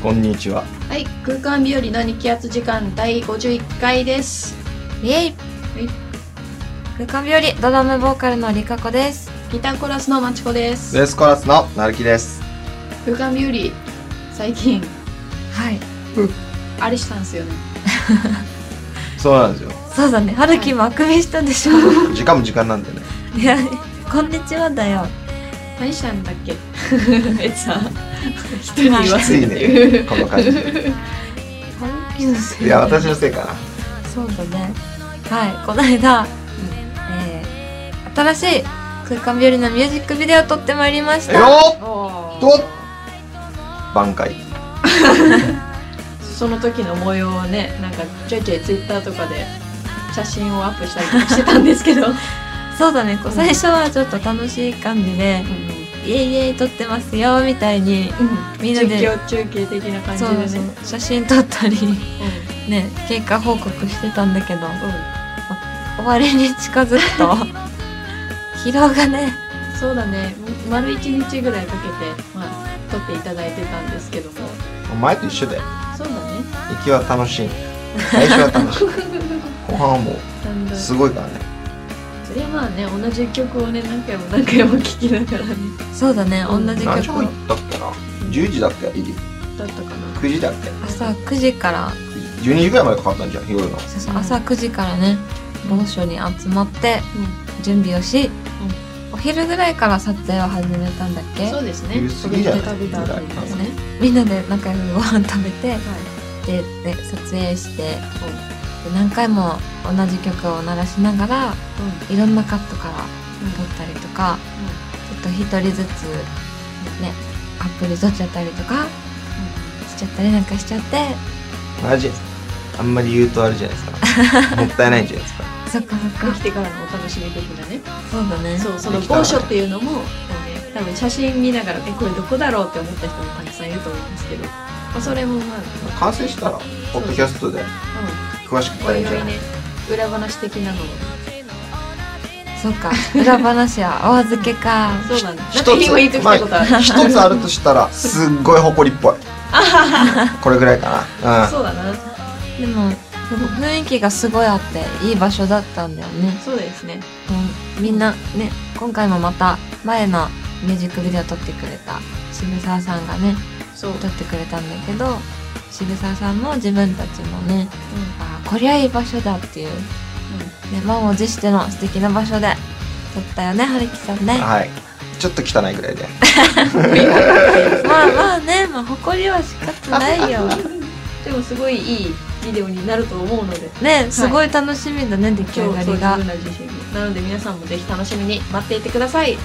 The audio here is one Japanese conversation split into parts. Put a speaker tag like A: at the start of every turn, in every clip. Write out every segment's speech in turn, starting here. A: こんにちは。
B: はい、空間日和の日気圧時間第51回です。
C: イエイ空間日和ドラムボーカルのりかこです
B: ギターコーラスのまちこです。
A: ベースコーラスのなるきです。
B: 空間日和、最近、
C: はい
B: あれしたんですよね。
A: そうなんですよ。
C: そうだね春樹もあくびしたでしょ
A: 時間も時間なんでね。
C: いやこんにちはだ よ
B: 何したんだっけえ さ、人に言わ
A: つ
B: せ
A: い
B: るっていう。
A: ね、この感 じで。
C: 春樹のせ
A: いや、私のせいかな。
C: そうだねはいこの間、えー、新しい空間日和のミュージックビデオを撮ってまいりまし
A: え
C: た
A: よ
B: おー
A: ど挽回。
B: その時の模様をね、なんかちょいちょいツイッターとかで写真をアップしたりとかしてたんですけど。うん
C: そうだねこう
B: うん
C: 最初はちょっと楽しい感じで、イエイイエイ撮ってますよみたいにみんなで
B: 実況中継的な感じ
C: そ
B: で
C: う
B: ね。
C: そううん写真撮ったりね経過報告してたんだけど終わりに近づく と疲労がね
B: そうだね丸一日ぐらいかけて、まあ、撮っていただいてたんですけども
A: お前と一緒で。
B: そうだね
A: 行きは楽しい。最初は楽しい。 後半はも
B: だんだ
A: う、
B: ん
A: す
B: そ
A: ごいからね。
B: りゃまあね同じ曲をね何回も何回も聴きながらね
C: そうだね同
B: うん
C: じ
A: 何時
C: 曲
A: も行ったっけな ?10 時だっけ入り。
B: だったかな
A: 9時だっけ
C: 朝9時から
A: 12時ぐらいまでかかったんじゃん、夜の。
C: そうそう
B: うん
C: 朝9時からね某所に集まって準備をし、お昼ぐらいから撮影を始めたんだっ
B: う
C: け
B: ん、そうですね
A: 昼過ぎじゃない
B: 食べた後にですね
C: みんなで仲良くご飯食べて
B: は
C: でで撮影してで何回も同じ曲を鳴らしながら
B: い、うん
C: いろんなカットから撮
B: う
C: ったりとか、ちょっと一人ずつねアップル撮っちゃったりとかしちゃったりなんかしちゃって
A: マジあんまり言うとあれじゃないです か。もったいないんじゃないですか。
C: そっかそっ
B: ん、で
C: か
B: きてからのお楽しみ的なね
C: そうだね
B: そうその某所っていうのももうね多分写真見ながらえこれどこだろうって思った人もたくさんいると思うんですけど、まあ、それもまあ、
A: 完成したら、ポッドキャストで
B: うん、
A: 詳しく
B: お
A: 伝え
B: い
A: る
B: お
A: ん
B: い
A: じゃない
B: ね裏話的なのを
C: そうか裏話は泡漬けか
B: そうなんだだって今言ってきたことある、
A: まあ一つあるとしたらすっごい誇りっ ぽいこれぐらいかなうん
B: そうだな
C: でも雰囲気がすごいあっていい場所だったんだよね、
B: そうですね
C: うん、みんなね今回もまた前のミュージックビデオ撮ってくれた渋沢さんがね
B: そう、うん
C: 撮ってくれたんだけど渋沢さんも自分たちもねあーこりゃいい場所だっていう、ね、満を持しての素敵な場所で撮ったよね春樹さんね
A: はいちょっと汚いぐらいで
C: まあまあね、まあ、誇りは仕方ないよ。
B: でもすごいいいビデオになると思うので
C: ね、すごい楽しみだね、出来
B: 今
C: 上
B: 日
C: が
B: そう
C: り
B: 自
C: が。
B: 分ら自身になので皆さんもぜひ楽しみに待っていてください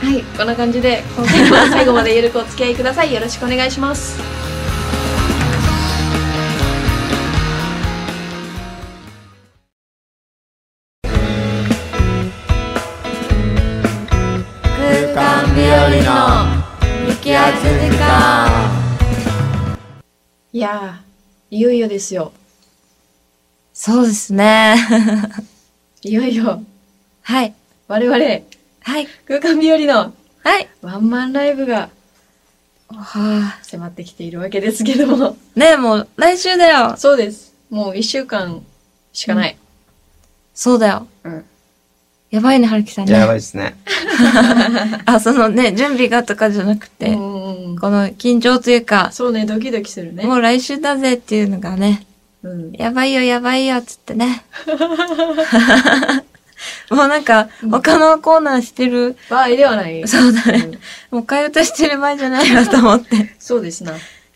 B: はいはいこんな感じで今回も最後までゆるくお付き合いくださいよろしくお願いします
C: 空間日和の雪圧時間。
B: いやーいよいよですよ
C: そうですね。
B: いよいよ
C: はい。
B: 我々
C: はい。
B: 空間日和の
C: はい。
B: ワンマンライブが
C: は
B: 迫ってきているわけですけども。
C: あ、ね、もう来週だよ。
B: そうです。もう一週間しかない。
C: そうだよ。
B: うん。
C: やばいね、はるきさん
A: やばい
C: ね。
A: ですね
C: あ、そのね、準備がとかじゃなくて、
B: うん
C: この緊張というか、
B: そうね、ドキドキするね
C: も。う来週だぜっていうのがね、
B: うん。
C: やばいよ、やばいよ、つってね。 もうなんか、他のコーナーしてる、
B: 場合ではない。
C: そうだね。
B: ん
C: もう替え歌してる場合じゃないなと思って。
B: そうですな。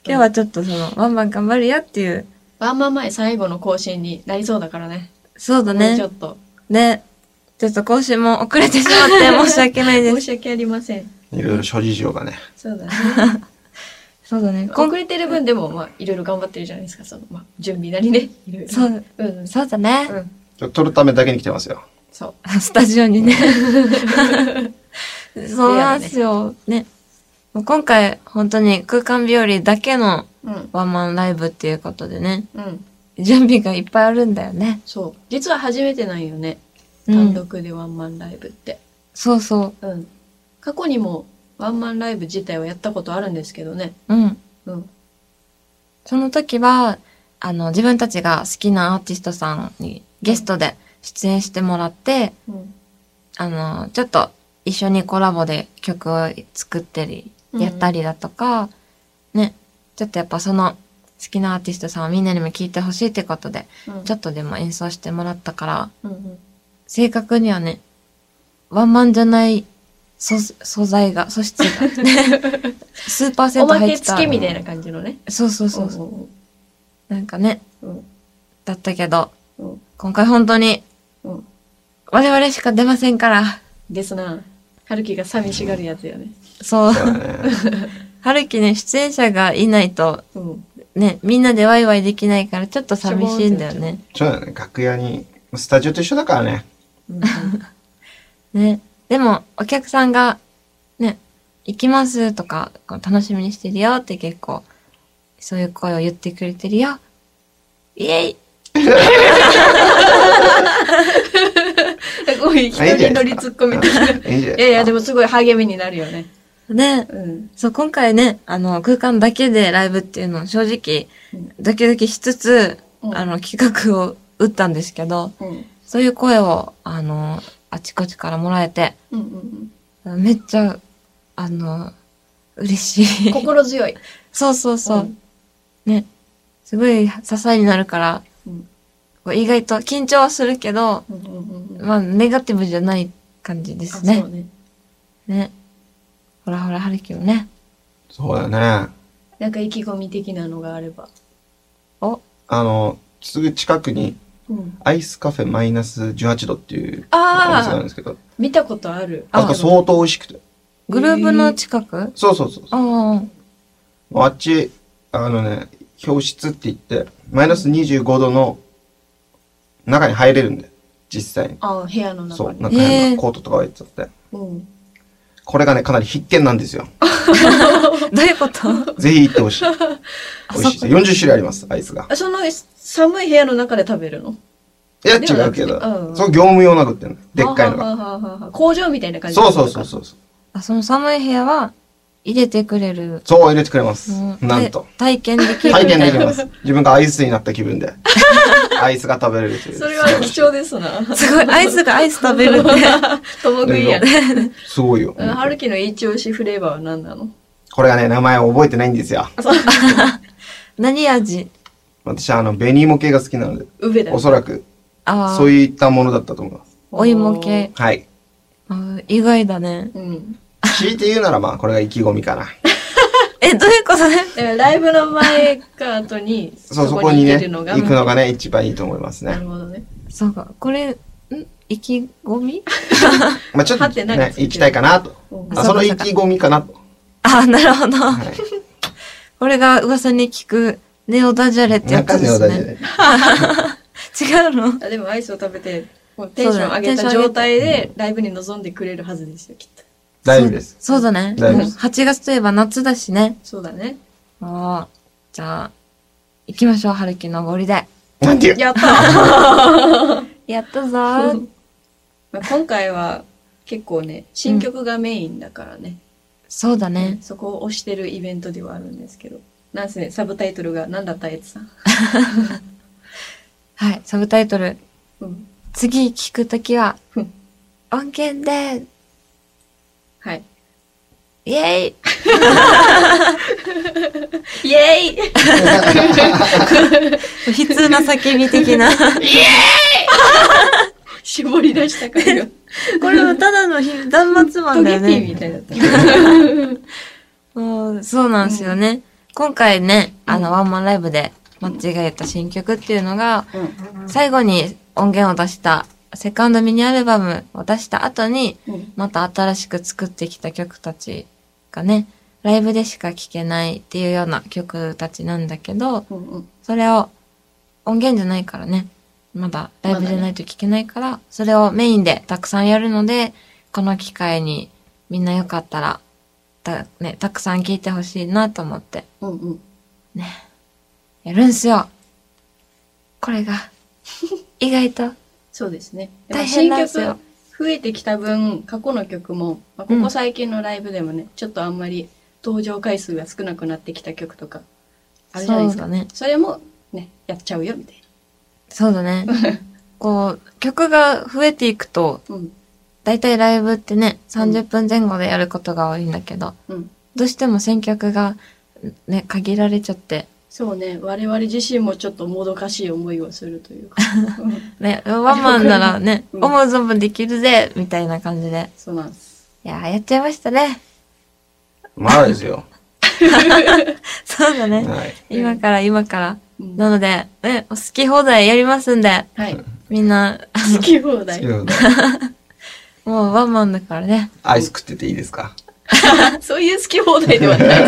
C: 今日はちょっとその、ワンマン頑張るよっていう。
B: ワンマン前最後の更新になりそうだからね。
C: そうだ
B: もうちょ
C: ね。
B: っと。
C: ね。ちょっと更新も遅れてしま って申し訳ないで
B: 申
C: す。
B: し訳ありません。
A: いろいろ諸事情がね
B: そうだね。
C: そうだね。こ
B: 遅
C: ん
B: れてる分でも、まあ、いろいろ頑張ってるじゃないですか。その、まあ、準備なりね。いろいろ。
C: そ。う、
B: うんうん。
C: そうだね。
B: うん。
A: 撮るためだけに来てま すよ
B: そう。
C: スタジオ にね。そうなんですよ。ね。もう今回、本当に空間日和だけの
B: うん。
C: ワンマンライブっていうことでね。
B: うん。
C: 準備がいっぱいあるんだよね。
B: そう。実は初めてなんよね。
C: うん
B: 単独でワンマンライブって。
C: そうそう。
B: うん。過去にも、ワンマンライブ自体はやったことあるんですけどね。
C: うん。
B: うん。
C: その時は、あの、自分たちが好きなアーティストさんにゲストで出演してもらって、
B: うん。
C: あの、ちょっと一緒にコラボで曲を作ったり、やったりだとか、ね、ちょっとやっぱその好きなアーティストさんをみんなにも聴いてほしいってことで、
B: うん、
C: ちょっとでも演奏してもらったから、
B: うんうん、
C: 正確にはね、ワンマンじゃない素素材が、素質が、 数パーセ
B: お
C: ント
B: ま
C: 入
B: け
C: ってた。
B: 付きみたいな感じのね。
C: そうそうそうそう。
B: そ
C: なんかね、
B: うん
C: だったけど、
B: うん。うん。
C: 今回本当に、
B: うん
C: 我々しか出ませんから、
B: ですな。春樹が寂しがるやつよね。
C: そう、
A: そうだね
C: 春樹ね、出演者がいないと、
B: うん。
C: ね、みんなでワイワイできないから、ちょっと寂しいんだよね。
A: そうだね楽屋にスタジオと一緒だからね
B: うん
C: ね。でも、お客さんが、ね、行きますとか、こう楽しみにしてるよって結構、そういう声を言ってくれてるよ。イエイ
B: こういう人に乗り突っ込みたいな。い
A: いいんじゃない
B: やいや、でもすごい励みになるよね。
C: ね、
B: うん。
C: そう、今回ね、あの、空間だけでライブっていうのを正直
B: うん、
C: ドキドキしつつ、
B: うん
C: あの、企画を打ったんですけど、
B: うん。うん
C: そういう声を、あの、あちこちからもらえて、
B: うん
C: めっちゃ、あの、嬉し
B: う
C: い
B: ん。。心強い。
C: そうそうそう。
B: ん。
C: ね。すごい支えになるから、
B: うん
C: こう意外と緊張はするけど、
B: うんうんうんうん。
C: まあ、ネガティブじゃない感じで
B: あ
C: す
B: そ
C: ね
B: う。ね。
C: ね。ほらほら、春樹もね。
A: そうだね
B: なんか意気込み的なのがあれば。
A: あのすぐ近くに
B: うん。
A: アイスカフェマイナス18度っていうお店な
B: あ
A: ん
B: あ
A: ですけど
B: 見たことある。
A: なんか相当美味しくて
C: グループの近く、
A: そうそうそうそう
C: あ あ、
A: あっちあのね氷室って言ってマイナス25度の中に入れるんで実際に
B: ああ、部屋の
A: そ
B: 中
A: う
B: に。
A: 中
C: へ
A: に
C: ー
A: コートとか入っちゃって
B: うん。
A: これがねかなり必見なんですよ
C: どういうこと
A: ぜひ行って ほしい美味しい
C: そ
A: です40種類ありますアイスが
B: あその寒い部屋の中で食べるの
A: いや、
B: では
A: 違
B: な
A: う
B: くて
A: けど、
B: うん
A: その業務用なくってんのでっかいのが。
B: ははははは工場みたいな感じ
A: そうそうそう
B: う。
A: そう。
C: あその寒い部屋は入れてくれる。
A: そう入れてくれます。
C: うん
A: なんと。
C: で体験できるみた
A: 体
C: いな。
A: 験できます。自分がアイスになった気分で。 アイスが食べれるという。
B: それは貴重ですな。
C: すごい、アイスがアイス食べ るって。
B: とも食いやね。
A: すごいよ。
B: うん春樹の一押しフレーバーは何なの
A: これがね、名前を覚えてないんですよ。
C: 何味
A: 私はあの、紅芋系が好きなので、
B: ウベだ
A: お。そらく、
C: ああ、
A: そういったものだったと思います。
C: お芋系。
A: はい。
C: あー意外だね。
B: うん。
A: 強いて言うならまあ、これが意気込みかな。
C: え、どういうことね
B: だからライブの前か後に、
A: そう、そこにね、
B: 行けるのが
A: 行くのがね、一番いいと思います
B: な
A: ね
B: る。ほどね。
C: そうか、これ、ん意気込み
A: まあ、ちょっと
B: はてなが
A: ね
B: つい、てる
A: 行きたいかなと。
B: うん
A: あ、その意気込みかなと。
C: あ、なるほど。
A: はい。
C: これが噂に聞くネオダジャレってや
A: 中
C: つ
A: 身
C: で
A: は
C: す
A: 大事
C: ね。
A: で。
C: 違うの
B: あでもアイスを食べて、もうテンション上げ
C: そう
B: た
C: だね
B: 状態でライブに臨んでくれるはずですよ、きっと。
A: 大丈夫です。
C: そうそうだね。
A: 大丈夫
C: もう
A: です
C: 8月といえば夏だしね。
B: そうだ ね。
C: ああ、じゃあ、行きましょう、春樹のゴリで。
A: なんていう
B: やった
C: やったぞー。
B: まあ今回は結構ね、新曲がメインだからね。
C: そうだね。
B: そこを推してるイベントではあるんですけど。なんせね、サブタイトルが何だったやつさん。
C: はい、サブタイトル。
B: うん。
C: 次聞くときは
B: うん、
C: 音源で、
B: はい。
C: イエイ
B: イエーイ
C: 悲痛な叫び的な。
B: 絞り出したからよ。
C: これはただのひ断末魔
B: ト
C: だ
B: ゲ
C: よ
B: ピー。み
C: ね
B: たいだった。
C: うんそうなんですよね。今回ね、あの、ワンマンライブで間違えた新曲っていうのが、最後に音源を出した、セカンドミニアルバムを出した後に、
B: うん。
C: また新しく作ってきた曲たちがね、ライブでしか聴けないっていうような曲たちなんだけど、
B: うんうん。
C: それを、音源じゃないからね、まだライブじゃないと聴けないから、それをメインでたくさんやるので、この機会にみんなよかったら、た、ね、たくさん聴いてほしいなと思って、
B: うんうん。
C: やるんすよ これが、意外と
B: そうですね。
C: 大変なんです
B: 新
C: よ
B: 曲。増えてきた分、過去の曲も、まあ、ここ最近のライブでもね、ちょっとあんまり登場回数が少なくなってきた曲とか、あるじゃないですか。
C: そうだね。
B: それも、ね、やっちゃうよ、みたい
C: そう だね。こう、曲が増えていくと、
B: な。うん。
C: だいたいライブってね、30分前後でやることが多いんだけど、
B: うん。
C: どうしても選曲がね、限られちゃって、
B: そうね、我々自身もちょっともどかしい思いをするというか。 うん
C: ね、ワンマンならね、
B: うん
C: 思う存分できるぜみたいな感じで。
B: そうなんです。
C: いやー、やっちゃいましたね。
A: まだですよ。
C: そうだね。
A: はい。
C: 今から今から。
B: うん
C: なので、ね、好き放題やりますんで、
B: はい。
C: みんな、
B: 好き放題。
A: 好きな
C: もうワンマンだからね。
A: アイス食ってていいですか
B: そういう好き放題ではない。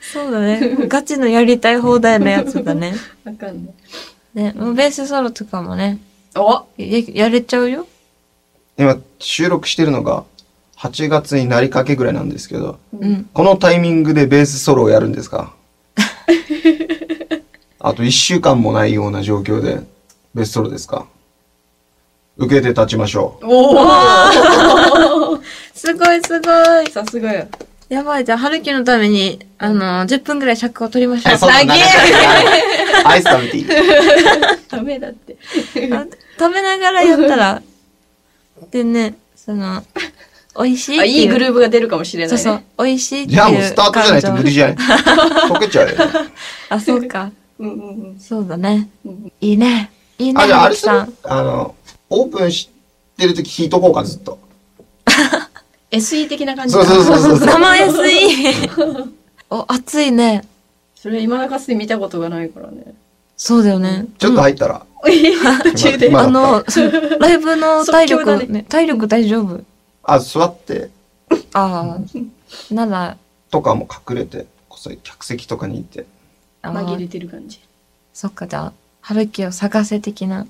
C: そうだね。 ガチのやりたい放題のやつだ ね。
B: わかんない。
C: ね、もうベースソロとかもね、
B: お
C: ややれちゃうよ。
A: 今収録してるのが8月になりかけぐらいなんですけど、
C: うん。
A: このタイミングでベースソロをやるんですか あと1週間もないような状況でベースソロですか受けて立ちましょう。
B: おお
C: すごいすごい。
B: さすがや。
C: やばい、じゃあ、春樹のために、あの、10分ぐらい尺を取りま しょう。
A: な長くないアイス食べていい
B: ダメだって。
C: あ食べながらやったら、 でね、その、美味しいっ
B: あ、
C: ていう。
B: いいグルーブが出るかもしれない
C: そう
B: ね。
C: そう、美味しいってい
A: じ
C: う
A: ゃあ
C: 感
A: も
C: 情。
A: うスタートじゃないと無理じゃない溶けちゃうよ、ね。
C: あ、そうか。
B: うんうん
C: そうだね。
B: うん。
C: いいね。いいね、
A: あ、じゃああれ
C: 春樹
A: す
C: さ
A: る
C: ん。
A: あの、オープンしてるとき弾いとこうか、ずっと。
B: SE 的な感じ
A: そうそうそうそうそう。
C: 生 SE! お、熱いね。
B: それ今中洲で見たことがないからね。
C: そうだよね。
A: ちょっと入ったら。
B: 途中 で。
A: まあ
C: あの、ライブの体
B: 即興だ
C: 力、
B: ね
C: ね、体力大丈夫
A: あ、座って
C: あ あ、なら、
A: とかも隠れて、こっそり客席とかに行って。
C: あー
B: 紛れてる感じ。
C: そっか、じゃあ、春樹を探せ的な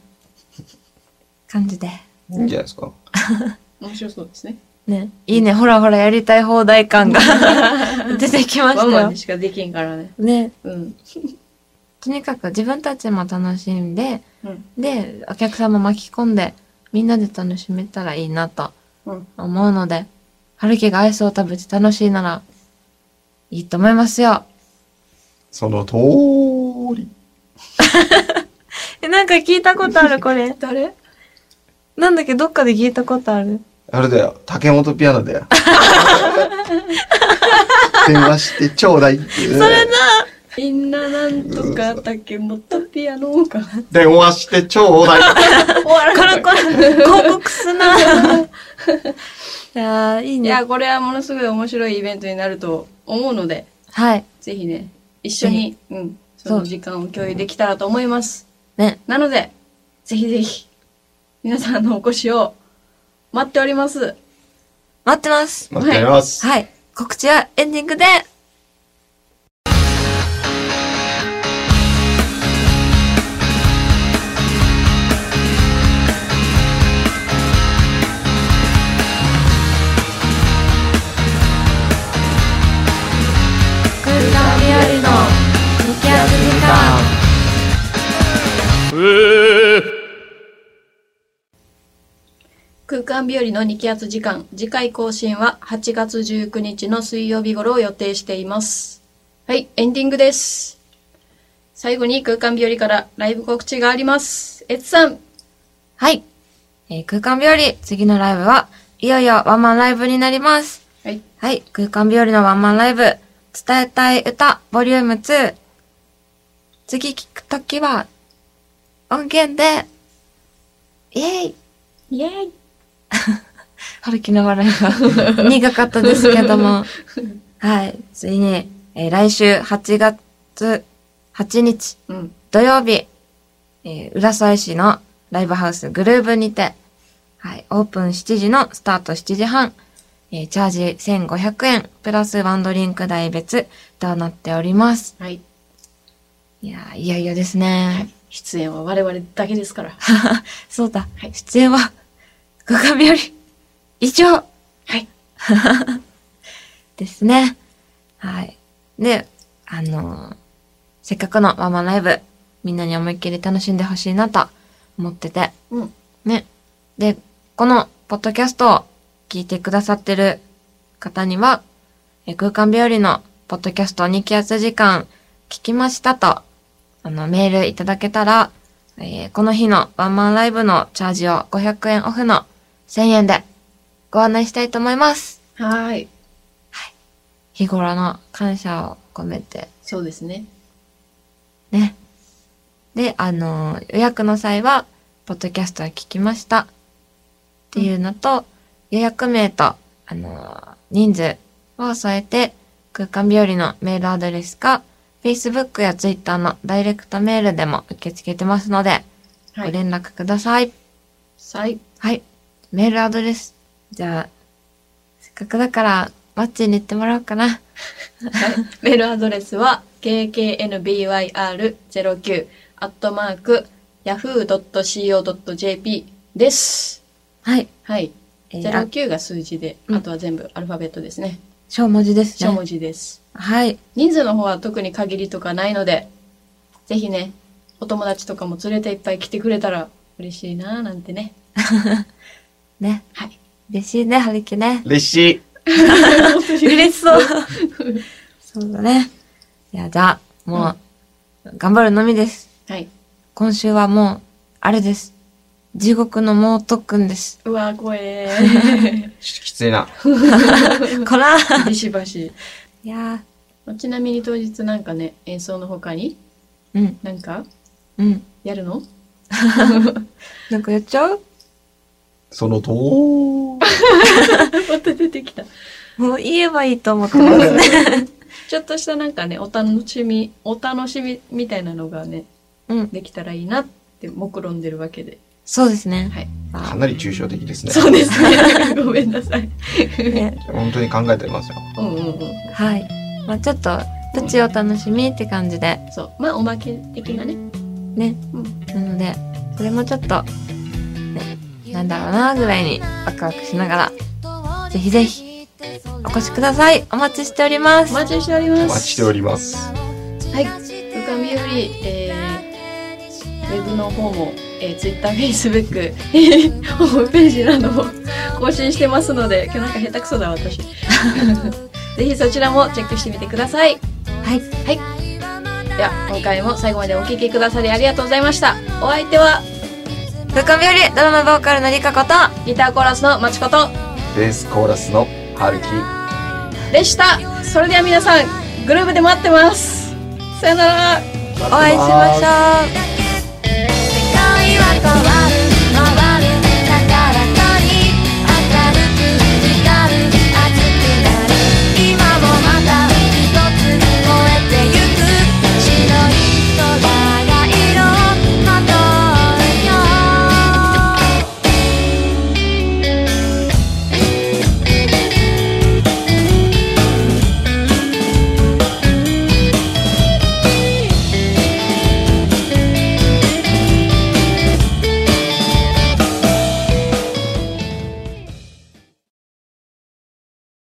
C: 感じで。
A: いいんじゃないですか。
B: 面白そうですね。
C: ね、いいね、ほらほらやりたい放題 感が出てき
B: ワ
C: まし
B: ン
C: た
B: マン
C: よ
B: に。しかできんからね。
C: ね、
B: うん。
C: とにかく自分たちも楽しんで、
B: うん
C: で、お客さんも巻き込んで、みんなで楽しめたらいいなと
B: うん
C: 思うので、春樹がアイスを食べて楽しいなら、いいと思いますよ。
A: その通り。
C: え、なんか聞いたことある、これ。
B: 誰
C: なんだっけ、どっかで聞いたことある。
A: あれだよ、竹本ピアノだよ。電話してちょうだいっていうね、
B: みんななんとかだっけ、もっとピアノか。
A: 電話してちょうだい。
B: 終わら
C: これ
B: ん
C: これ、広告す な。いやー、いい
B: い
C: ね。
B: や、これはものすごい面白いイベントになると思うので、
C: はい。
B: ぜひね、一緒に、うん、その時間を共有できたらと思います。
C: ね、
B: なので、ぜひぜひ、皆さんのお越しを待っております。
C: 待ってます。
A: 待ってます。
C: はい。告知はエンディングで。空間日和の激アツ時間。
B: 空間日和の2気圧時間、次回更新は8月19日の水曜日頃を予定しています。はい、エンディングです。最後に空間日和からライブ告知があります。えつさん、
C: はい。えー空間日和、次のライブはいよいよワンマンライブになります。
B: はい。
C: はい。空間日和のワンマンライブ、伝えたい歌、ボリューム2。次聞くときは、音源で、イエーイ
B: イェーイ
C: 春樹の笑いが苦かったですけ ども。はい。ついに、えー来週8月8日、
B: うん、
C: 土曜日、えー浦添市のライブハウスグルーブにて、はい、オープン7時のスタート7時半、えーチャージ1500円、プラスワンドリンク代別となっております。
B: はい。
C: いやー、いよいよですね。
B: 出演は我々だけですから。
C: そうだ、
B: はい
C: 出演は、五神より、以上
B: はい。
C: ですね。はい。で、あのーせっかくのワンマンライブ、みんなに思いっきり楽しんでほしいなと思ってて、
B: うん。
C: ね。で、このポッドキャストを聞いてくださってる方には、え空間日和のポッドキャスト2気圧時間聞きましたと、あの、メールいただけたら、えーこの日のワンマンライブのチャージを500円オフの1000円でご案内したいと思います。
B: はい。
C: 日頃の感謝を込めて
B: そうですね。
C: ね。で、あのー予約の際は、ポッドキャストは聞きました。っていうのと、予約名と、あのー人数を添えて、空間日和のメールアドレスか、Facebook や Twitter のダイレクトメールでも受け付けてますので、
B: は
C: ご
B: い。
C: 連絡ください。
B: はい。
C: はい。メールアドレス。じゃあ、せっかくだから、マッチに言ってもらおうかな。
B: メールアドレスは kknbyr09 アットマーク yahoo.co.jp です。
C: はい。
B: はい。
C: えー、あ
B: 09が数字で、
C: うん
B: あとは全部アルファベットですね。
C: 小文字ですね。
B: 小文字です。
C: はい。
B: 人数の方は特に限りとかないので、ぜひね、お友達とかも連れていっぱい来てくれたら嬉しいなぁなんてね。
C: ね。
B: はい。
C: 嬉しいね、春樹ね。
A: 嬉しい。
C: 嬉しそう。 そうだね。いや、じゃあ、もう、頑張るのみです。
B: はい。
C: 今週はもう、あれです。地獄の猛特訓です。
B: うわぁ、怖え
A: ちょっときついな。
C: こ ら
B: ー。ビシバシ。
C: いや
B: ちなみに当日なんかね、演奏の他に、
C: ー、うん、
B: なんか、
C: うん。
B: やるの
C: なんかやっちゃう
A: そのと
B: また出てきた。
C: もう言えばいいと思ってますね。
B: ちょっとしたなんかね、お楽しみ、お楽しみみたいなのがね、
C: うん
B: できたらいいなって目論んでるわけで。
C: そうですね。
B: はい
A: か
C: あ
A: なり抽象的ですね。
B: そうですね。 ごめんなさい。
C: ね
A: 本当に考えてますよ。
B: うんうんうん。
C: はい。まあちょっと、プチお楽しみって感じで、
B: そう。まあ、おまけ的なね。
C: ね。
B: うん
C: なので、それもちょっと、ね、なんだろうな、ぐらいにワクワクしながら、ぜひぜひ、お越しください。お待ちしておりま
B: お
C: す。
B: 待ちしており
A: お
B: ます。
A: 待ちしております。
B: はい。うかみより、えー、ウェブの方も、えー、Twitter、Facebook、えーホームページなども更新してますので、今日なんか下手くそだ、 私。ぜひそちらもチェックしてみてください。
C: はい。
B: では、今回も最後までお聞きくださりありがとうございました。お相手は、
C: ドカミよりドラムボーカルのりかこと、
B: ギターコーラスのまちこと
A: ベースコーラスの春樹。
B: でした。それでは皆さん、グループで待ってます。さよなら。
A: お
C: お会いしましょう。